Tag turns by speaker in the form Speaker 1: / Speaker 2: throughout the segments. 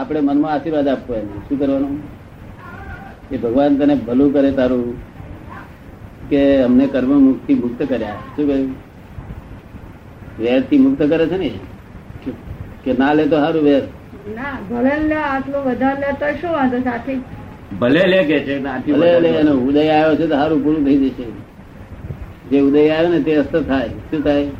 Speaker 1: આપણે મનમાં આશીર્વાદ આપવો એને શું કરવાનું એ ભગવાન તને ભલું કરે તારું કે અમને કર્મ મુક્તિ મુક્ત કર્યા શું કહ્યું વેરથી મુક્ત કરે છે ને કે ના લે તો સારું વેર
Speaker 2: ના ભલે લે આટલું વધારે લે તો શું વાંધો સાથે
Speaker 3: ભલે લે કે છે આથી
Speaker 1: ભલે લે
Speaker 3: વધારે
Speaker 1: એનો ઉદય આવ્યો છે તો સારું પૂરું થઈ જશે જે ઉદય આવ્યો ને તે અસ્ત થાય શું થાય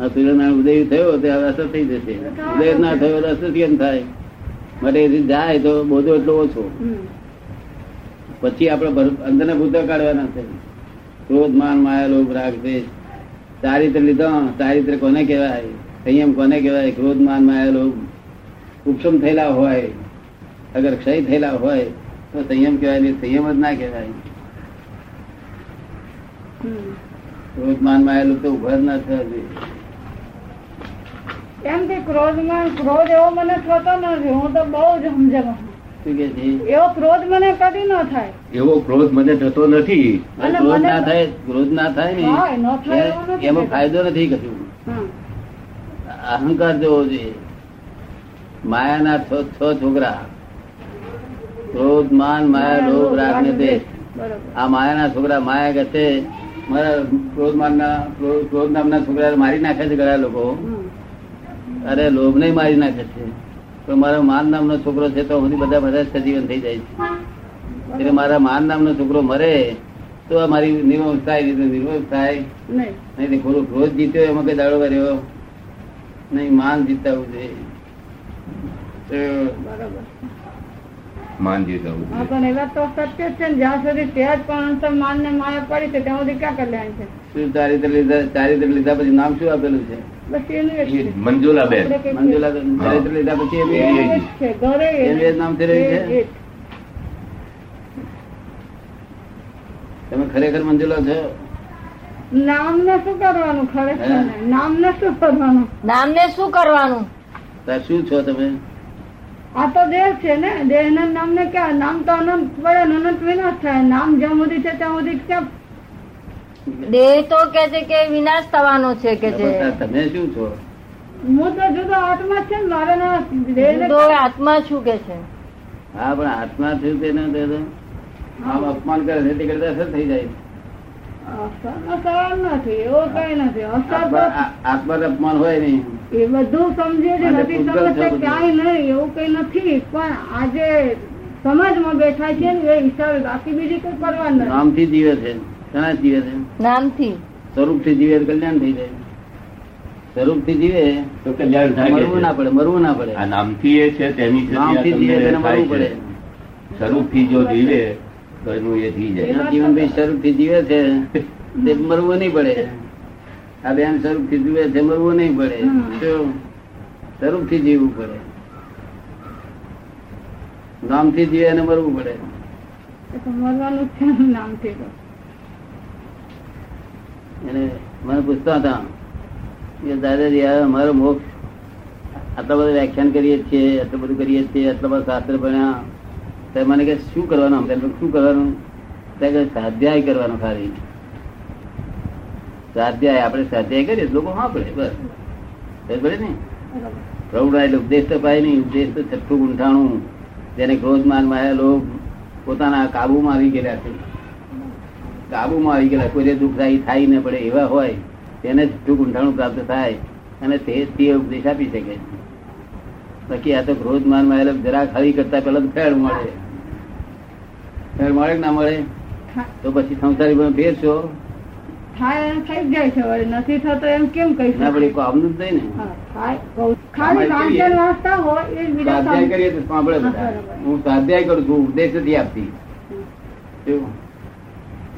Speaker 1: આ સૂર્યનારાયણ ઉદય થયો તે હવે અસ્ત થઈ જશે ઉદય ના થયો તો અસ્ત કેમ થાય માટે એથી જાય તો બોધો એટલો ઓછો
Speaker 2: હમ.
Speaker 1: પછી આપણે અંદર ને ભૂતો કાઢવાના છે ક્રોધ માન માયા લોભ રાગ દ્વેષ ચારિત્ર લીધો ચારિત્ર કોને કહેવાય સંયમ કોને કહેવાય ક્રોધ માન માયા લોભ ઉપશમ થયેલા હોય અગર ક્ષય થયેલા હોય તો સંયમ કહેવાય નહીં સંયમ જ ના કહેવાય
Speaker 2: હમ.
Speaker 1: ક્રોધ માન માયા લોભ તો ઉભા જ ના થવા જોઈએ
Speaker 2: એમ કે ક્રોધમાં ક્રોધ એવો મને થતો નથી હું તો બહુ જ સમજમ
Speaker 1: શું કે છે
Speaker 2: એવો ક્રોધ મને કદી ન થાય
Speaker 3: એવો ક્રોધ મને થતો નથી
Speaker 2: અને
Speaker 1: ક્રોધ
Speaker 2: મને-
Speaker 1: ના થાય ક્રોધ ના થાય
Speaker 2: હા, ન થાય એવું
Speaker 1: ને
Speaker 2: નથી
Speaker 1: એમાં
Speaker 2: કહેતા.
Speaker 1: ફાયદો નથી કશું
Speaker 2: હમ.
Speaker 1: અહંકાર જોવો જોઈએ માયાના છ છ છોકરા ક્રોધ માન માયા લોભ રાગ ને દ્વેષ.
Speaker 2: બરોબર
Speaker 1: આ માયાના છોકરા માયા કહે છે, મારા ક્રોધ માનના- ક્રો- ક્રોધ નામના છોકરા મારી નાખે છે ઘણા લોકો
Speaker 2: હમ.
Speaker 1: અરે લોભ નહીં મારી નાખે છે પણ મારો માન નામનો છોકરો છે તો હું બધા બધા જ સજીવન થઈ જાય છે એટલે મારા માન નામનો છોકરો મરે તો આ મારી નિર્વંશ થાય નહીં તો નિર્વંશ થાય
Speaker 2: નહીં
Speaker 1: નહીં તે ખોરો ક્રોધ જીત્યો એમાં કઈ દાડો કર્યો નહીં માન જીતાવું જોઈએ તો
Speaker 2: બરોબર
Speaker 3: માનજી જવું
Speaker 2: હા પણ એ વાત તો સત્ય જ છે ને જ્યાં સુધી તેજ પણ અંતર માન ને માયા પડી છે ત્યાં સુધી ક્યાં કલ્યાણ છે
Speaker 1: શું ચારિત્ર લીધા ચારિત્ર લીધા પછી નામ શું આપેલું છે
Speaker 2: બસ એનું એક છે.
Speaker 3: મંજુલા બેન
Speaker 2: આપણે કઈ
Speaker 1: મંજુલાબેન, ચારિત્ર લીધા પછી એનું એ-
Speaker 2: એનું એક છે ઘરે
Speaker 1: એનું એ જ નામ થઈ રહ્યું છે
Speaker 2: એક.
Speaker 1: તમે ખરેખર મંજુલા છો
Speaker 2: નામ ને શું કરવાનું ખરેખર
Speaker 1: હે?
Speaker 2: નામ ને શું કરવાનું
Speaker 4: નામને શું કરવાનું
Speaker 1: તાર શું છો તમે
Speaker 2: આ તો દેહ છે ને દેહ ના નામ ને ક્યાં નામ તો અનંત પડે ને અનંત વિનાશ થાય નામ જ્યાં સુધી છે ત્યાં સુધી ક્યાં
Speaker 4: દેહ તો કે છે કે વિનાશ થવાનો છે કે છે
Speaker 1: તાર તમે શું છો
Speaker 2: હું તો જુદો આત્મા જ છે ને મારે ના દેહ ને
Speaker 4: તો આત્મા શું કે છે
Speaker 1: હા પણ આત્મા થયું તેને તે તો આમ અપમાન કરે છે તે કરતા અસર થઈ જાય
Speaker 2: અસરનો સવાલ નથી એવો કઈ નથી અસર તો
Speaker 1: આત્મા આ- આત્માને અપમાન હોય નહીં
Speaker 2: એ બધું સમજે છે
Speaker 1: અને
Speaker 2: નથી
Speaker 1: પૂતગલ છે
Speaker 2: સમજતા ક્યાંય નહીં એવું કઈ નથી પણ આજે સમાજમાં બેઠા છે ને એ હિસાબે બાકી બીજી કોઈ કરવા નથી
Speaker 1: નામથી જીવે છે ઘણા જીવે છે
Speaker 4: નામથી
Speaker 1: સ્વરૂપ થી જીવે તો કલ્યાણ થઈ જાય સ્વરૂપ થી જીવે
Speaker 3: તો કલ્યાણ થાય કે
Speaker 1: મરવું ના
Speaker 3: છે?
Speaker 1: પડે મરવું ના પડે
Speaker 3: આ નામથી એ છે તેની છે ત્યાં
Speaker 1: નામથી જીવે તેને
Speaker 3: તમને
Speaker 1: મરવું
Speaker 3: થાય
Speaker 1: પડે
Speaker 3: છે સ્વરૂપથી જો જીવે તો એનું એ થઈ જાય
Speaker 1: એના જીવનભાઈ સ્વરૂપથી જીવે છે તે મરવું નહીં પડે આ બેન સ્વરૂપથી જીવે છે મરવું નહીં પડે
Speaker 2: હમ.
Speaker 1: શું? સ્વરૂપથી જીવવું પડે નામથી જીવે અને મરવું પડે
Speaker 2: એ તો મરવાનું જ છે ને નામથી તો
Speaker 1: એને મને પૂછતા હતા કે દાદાજી આ અમારો મોક્ષ આટલા બધા વ્યાખ્યાન કરીએ છીએ આટલું બધું કરીએ છીએ આટલા બધા શાસ્ત્ર ભણ્યા ત્યારે મને કે શું કરવાનું આમ તેમ શું કરવાનું ત્યાં કે સ્વાધ્યાય કરવાનો ખાલી સ્વાધ્યાય આપણે સ્વાધ્યાય કરીએ તો લોકો સાંભળે બસ ખબર પડે ને
Speaker 2: બરાબર.
Speaker 1: પ્રૌઢા એટલે ઉપદેશ તો પાય નહીં ઉપદેશ તો છઠ્ઠું ગુંઠાણું જેને ક્રોધ માન માયા લોભ પોતાના કાબુમાં આવી ગયેલા છે કાબુમાં આવી ગયેલા કોઈને દુઃખદાયી થાય ન પડે એવા હોય તેને છઠ્ઠું ગુંઠાણું પ્રાપ્ત થાય અને તે તે ઉપદેશ આપી શકે છે. બાકી આ તો ક્રોધ માન માયા લોભ જરાક હરી કરતા પહેલા તો ફેર મળે ફેર મળે કે ના મળે
Speaker 2: થા-
Speaker 1: તો પછી સંસારી પણ ભેરશો
Speaker 2: થાય એમ થઈ જ જાય છે વળી નથી થતો એમ કેમ કહી
Speaker 1: ના
Speaker 2: શકાય?
Speaker 1: પડે કામનું જ થઈ ને
Speaker 2: હા, થાય. કહું છું. ખાલી
Speaker 1: અમારે
Speaker 2: વાંચન
Speaker 1: જોઈએ.
Speaker 2: વાંચતા હોય એ બીજા
Speaker 1: સ્વાધ્યાય કરીએ તો સાંભળે બધા
Speaker 2: હા, બરાબર.
Speaker 1: હું સ્વાધ્યાય કરું છું ઉપદેશ નથી આપતી એવું?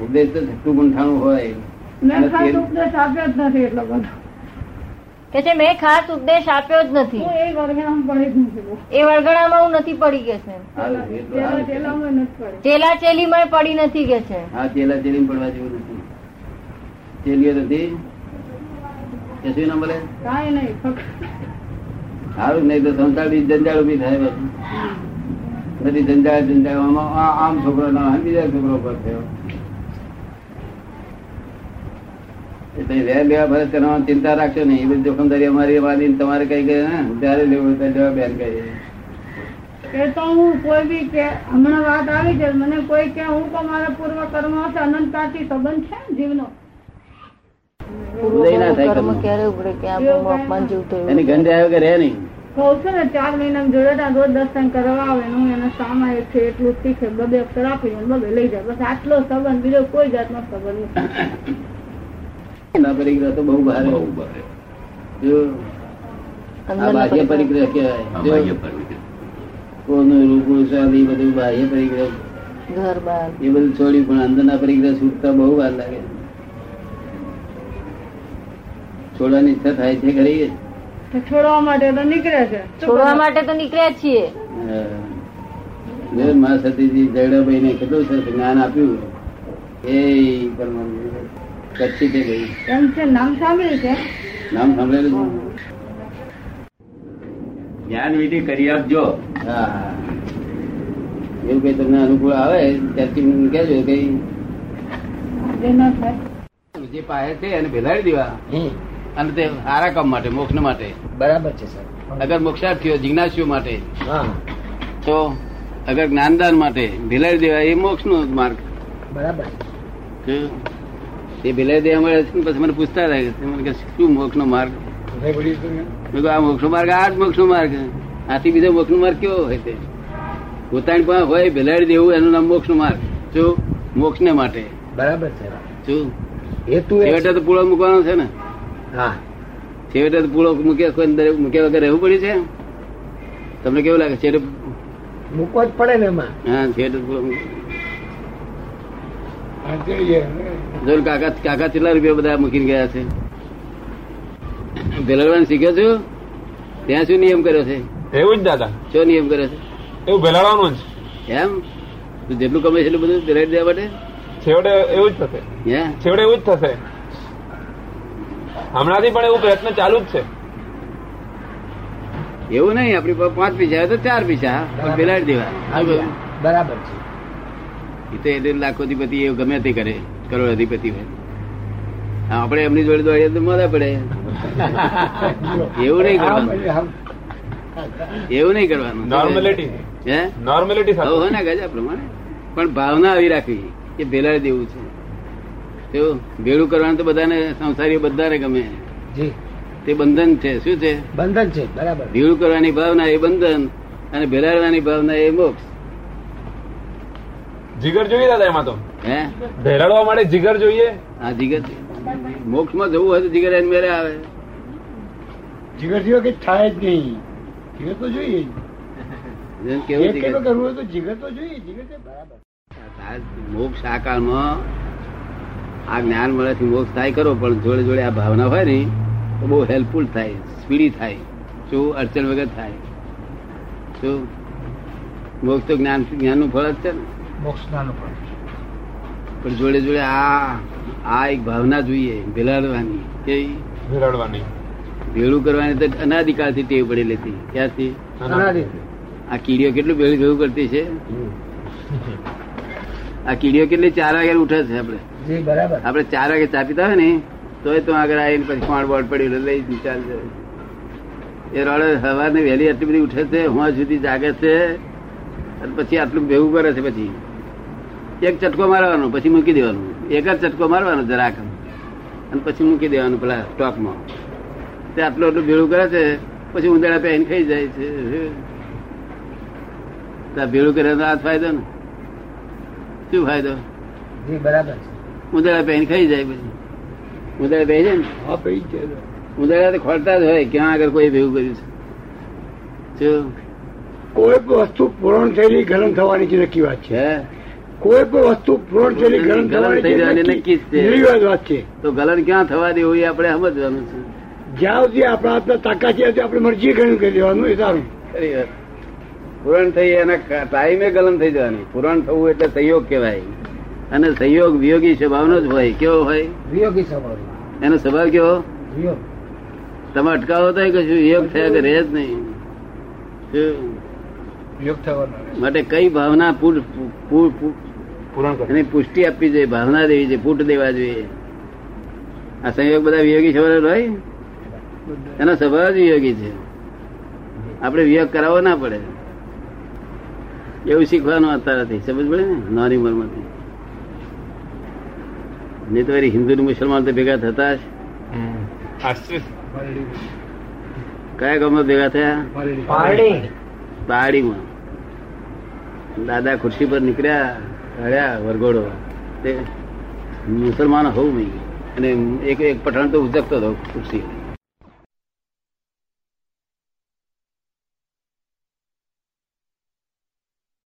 Speaker 1: ઉપદેશ તો છઠ્ઠું ગુંઠાણું હોય
Speaker 2: મેં ખાસ ઉપદેશ આપ્યો જ નથી એટલો બધો
Speaker 4: કે છે મેં ખાસ ઉપદેશ આપ્યો જ નથી
Speaker 2: હું એ વર્ગમાં પડી જ નથી બહુ.
Speaker 4: એ વળગણામાં હું નથી પડી કે છે
Speaker 1: હારું, એ તો
Speaker 2: પેલા
Speaker 1: હારું.
Speaker 2: ચેલામાં નથી પડી
Speaker 4: ચેલા ચેલીમાં પડી નથી કે છે
Speaker 1: હા ચેલા ચેલીને પડવા જેવું નથી ચેલીઓ નથી કશું ના મળે
Speaker 2: કાંઈ નહીં ફક્ત
Speaker 1: સારું નહીં તો સંસાર બી જંજાળ ઉભી થાય પછી બધી જંજાળ જંજાળ આમાં આ- આમ છોકરો ના હોય, બીજા છોકરો પર થયો એટલે વેર લેવા ભરે તેનો ચિંતા રાખશો નહીં એ બધી જોખમદારી અમારી અમારી ને તમારે કઈ કઈ ને ત્યારે લેવું ત્યારે લેવા બેન કહીએ
Speaker 2: એ તો હું કોઈ બી કે હમણાં વાત આવી છે મને કોઈ કે હું કહું મારા પૂર્વ કર્મ હશે અનંતતાથી સંબંધ છે ને જીવનો
Speaker 1: ઉદય ના થાય
Speaker 4: કર્મ
Speaker 1: કર્મ.
Speaker 4: ક્યારે ઉગડે કે આ
Speaker 2: એવું
Speaker 4: બહુ અપમાન
Speaker 2: કાંઈ
Speaker 4: જેવું થયું.
Speaker 1: એની ગંધ આવ્યો કે રહે નહીં
Speaker 2: કહું છું ને ચાર મહિના જોડે ત્યાં રોજ દર્શન કરવા આવે ને હું એને સામાયિક છે એટલું જ છે બબે અક્ષર આપી દઉં ને બબે લઈ જાય બસ આટલો સંબંધ બીજો કોઈ જાતનો સંબંધ નથી
Speaker 1: આ પરિગ્રહ તો બહુ ભારે
Speaker 3: બહુ બને.
Speaker 1: જો આ
Speaker 4: અંદરના
Speaker 1: બાહ્ય પરિગ્રહ
Speaker 4: પરિક્રમા.
Speaker 1: કહેવાય
Speaker 3: આ
Speaker 1: જો
Speaker 3: બાહ્ય પરિગ્રહ.
Speaker 1: કોનું રૂપું શાદી બધું બાહ્ય પરિગ્રહ
Speaker 4: ઘર બાર
Speaker 1: એ બધું છોડ્યું પણ અંદરના પરિગ્રહ છૂટતા બહુ વાર લાગે છોડવાની ઈચ્છા થાય છે ખરી
Speaker 2: તો છોડવા માટે તો નીકળે છે
Speaker 4: છોડવા માટે તો નીકળ્યા છીએ
Speaker 1: હા. જો મા સતીજી જયડાભાઈને કેટલું સરસ જ્ઞાન આપ્યું એ પરમાનંદ કચ્છી છે ભાઈ
Speaker 2: એમ છે નામ સાંભળ્યું છે
Speaker 1: નામ સાંભળેલું છે?
Speaker 3: જ્ઞાન વિધિ કરી આપજો
Speaker 1: હા એવું કઈ તમને અનુકૂળ આવે ત્યારથી કહેજો કઈ
Speaker 2: જે ના થાય
Speaker 1: જે પાહે છે એને ભેલાડી દેવા અને તે સારા કામ માટે મોક્ષ માટે
Speaker 5: બરાબર છે સર
Speaker 1: અગર મોક્ષાર્થીઓ જિજ્ઞાસીઓ માટે
Speaker 5: હા
Speaker 1: તો અગર જ્ઞાનદાન માટે ભેલાઈ દેવા એ મોક્ષ નો માર્ગ
Speaker 5: બરાબર છે.
Speaker 1: એ ભેલાઈ દેવા મળે છે ને પછી મને પૂછતા રહે છે મને કે શું મોક્ષ નો માર્ગ મેં કીધું આ મોક્ષ માર્ગ આ જ મોક્ષ માર્ગ આથી બીજો મોક્ષ માર્ગ કેવો હોય તે પોતાની પાસે હોય ભેલાડી દેવું એનું નામ મોક્ષ માર્ગ જો મોક્ષ ને માટે
Speaker 5: બરાબર છે
Speaker 1: જો
Speaker 5: હેતુ એ
Speaker 1: છેવટે
Speaker 5: છે.
Speaker 1: તો પૂળો મૂકવાનો છે ને
Speaker 5: હા
Speaker 1: છેવટે તો પૂળો મૂકે કોઈ અંદર મૂક્યા વગર રહેવું પડ્યું છે તમને કેવું લાગે છેવટે
Speaker 5: મૂકવો જ પડે ને એમાં
Speaker 1: હા છેવટે પૂળો મૂકે. જો ને કાકા કાકા કેટલા રૂપિયા બધા મૂકીને ગયા છે ભેલાડવાનું શીખ્યો છું ત્યાં શું નિયમ કર્યો છે
Speaker 6: એવું જ દાદા
Speaker 1: શું નિયમ કર્યો છે
Speaker 6: એવું ભેલાડવાનું જ
Speaker 1: એમ તું જેટલું કમે એટલું બધું ભેલાડી દેવા માટે
Speaker 6: છેવડે એવું જ થશે
Speaker 1: હે
Speaker 6: છેવડે એવું જ થશે હમણાંથી પણ એવું પ્રયત્ન ચાલુ જ છે
Speaker 1: એવું નહીં આપણી પાસે પાંચ પૈસા હોય તો ચાર પૈસા પણ ભેલાડી દેવા
Speaker 5: હા,
Speaker 1: આવું બધું.
Speaker 5: બરાબર છે
Speaker 1: એ તો એ તો લાખોધિપતિ એ ગમે તે કરે કરોડોધિપતિ હોય હા, આપણે એમની જોડે દોડીએ તો મોડા પડે એવું નહીં કરવાનું એવું નહીં કરવાનું
Speaker 6: નોર્મેલિટી
Speaker 1: હે
Speaker 6: નોર્મેલિટી
Speaker 1: આવું
Speaker 6: સાથે
Speaker 1: હોય ને ગજા પ્રમાણે પણ ભાવના આવી રાખવી કે ભેલાઈ દેવું છે તો ભેળું કરવાનું તો બધાને સંસારીઓ બધાને ગમે
Speaker 5: જી
Speaker 1: તે બંધન છે શું છે
Speaker 5: બંધન છે બરાબર
Speaker 1: ભેળું કરવાની ભાવના એ બંધન અને ભેલાડવાની ભાવના એ મોક્ષ
Speaker 6: જીગર જોઈએ દાદા એમાં તો
Speaker 1: હે
Speaker 6: ભેલાડવા માટે જીગર જોઈએ
Speaker 1: આ જીગર મોક્ષમાં જવું હોય તો જીગર એની મેળે આવે
Speaker 5: જીગર જીવો કે થાય જ નહીં જીગર તો જોઈએ
Speaker 1: જેમ કેવું જીગર
Speaker 5: કરવું હોય તો જીગર તો જોઈએ જીગર બરાબર
Speaker 1: આ મોક્ષ આ કાળમાં આ જ્ઞાન મળેથી મોક્ષ થાય કરો પણ જોડે જોડે આ ભાવના હોય ને તો બહુ હેલ્પફુલ થાય સ્પીડી થાય શું અડચણ વગર થાય શું મોક્ષ તો જ્ઞાન જ્ઞાનનું ફળ જ છે ને
Speaker 5: મોક્ષ નાનું પણ
Speaker 1: પણ જોડે જોડે આ આ એક ભાવના જોઈએ ભેલાડવાની કે
Speaker 6: ભેલાડવાની
Speaker 1: ભેળું કરવાની તો અનાધિકાળથી ટેવ પડેલી હતી ક્યાંથી આ કીડીઓ કેટલું ભેળું ભેળું કરતી છે આ કીડીઓ કેટલી ચાર વાગે ઉઠે છે આપણે
Speaker 5: જી બરાબર
Speaker 1: આપણે ચાર વાગે ચા પીતા હોય ને તોય તો આગળ આવીને પછી પાણ બોડ પડ્યું એટલે લઈ જઈ ચાલ જાય. એ રડે સવારને વહેલી આટલી બધી ઉઠે છે હોં સુધી જાગે છે અને પછી આટલું ભેગું કરે છે પછી એક ચટકો મારવાનો પછી મૂકી દેવાનો એક જ ચટકો મારવાનો જરાક અને પછી મૂકી દેવાનું પેલા સ્ટોકમાં તે આટલું આટલું ભેળું કરે છે પછી ઉંદરા પહેરીને ખાઈ જાય છે તો આ ભેળું કરે તો આ જ ફાયદો ને શું ફાયદો
Speaker 5: જી બરાબર
Speaker 1: ઉંદરા પહેન ખાઈ જાય પછી ઉંદરા પહેરી જાય ને ઉંદરા તો ખોરતા જ હોય ક્યાં આગળ કોઈ ભેગું કર્યું છે શું?
Speaker 5: કોઈ પણ વસ્તુ પૂર્ણ થયેલી ગરમ થવાની જે નક્કી વાત
Speaker 1: છે
Speaker 5: કોઈ પણ વસ્તુ પૂર્ણ થયેલી ગરમ
Speaker 1: ગરમ થઈ જવાની
Speaker 5: થવાની
Speaker 1: નક્કી
Speaker 5: નક્કી
Speaker 1: જ છે.
Speaker 5: નિર્વિવાદ વાત છે
Speaker 1: તો ગલન ક્યાં થવા દેવું એ આપણે સમજવાનું છે
Speaker 5: જ્યાં સુધી આપણા હાથમાં તાકાત છે ત્યાં સુધી આપણે મરજી ગણ્યું કરી દેવાનું એ સારું
Speaker 1: ખરી વાત. પૂરણ થઈ એના કા- ટાઈમે ગલન થઈ જવાની પૂરણ થવું એટલે સંયોગ કહેવાય અને સંયોગ વિયોગી સ્વભાવનો જ હોય કેવો હોય
Speaker 5: વિયોગી સ્વભાવ
Speaker 1: એનો સ્વભાવ કેવો
Speaker 5: વિયોગ
Speaker 1: તમે અટકાવો તો કશું યોગ થયા કે રહે જ નહીં શું?
Speaker 5: વિયોગ થવાનો
Speaker 1: માટે કઈ ભાવના પૂર પૂર- પૂર-
Speaker 6: પૂરણ કરો
Speaker 1: એને પુષ્ટિ આપવી જોઈએ ભાવના દેવી જોઈએ ફૂટ દેવા જોઈએ આ સંયોગ બધા વિયોગી સ્વભાવ હોય એનો સ્વભાવ જ વિયોગી છે આપણે વિયોગ કરાવવો ના પડે એવું શીખવાનું અત્યારેથી સમજ પડે ને નાની ઉંમરમાંથી નહીં તો વળી હિન્દુ ને મુસલમાન તો ભેગા થતા જ
Speaker 6: આશ્ચર્ય
Speaker 1: કયા ગામમાં ભેગા થયા
Speaker 7: પારડી
Speaker 1: પહાડીમાં દાદા ખુરશી પર નીકળ્યા હળ્યા વરઘોડો તે મુસલમાન હોવું નહીં અને એક એક પઠાણ તો ઉચકતો હતો ખુરશી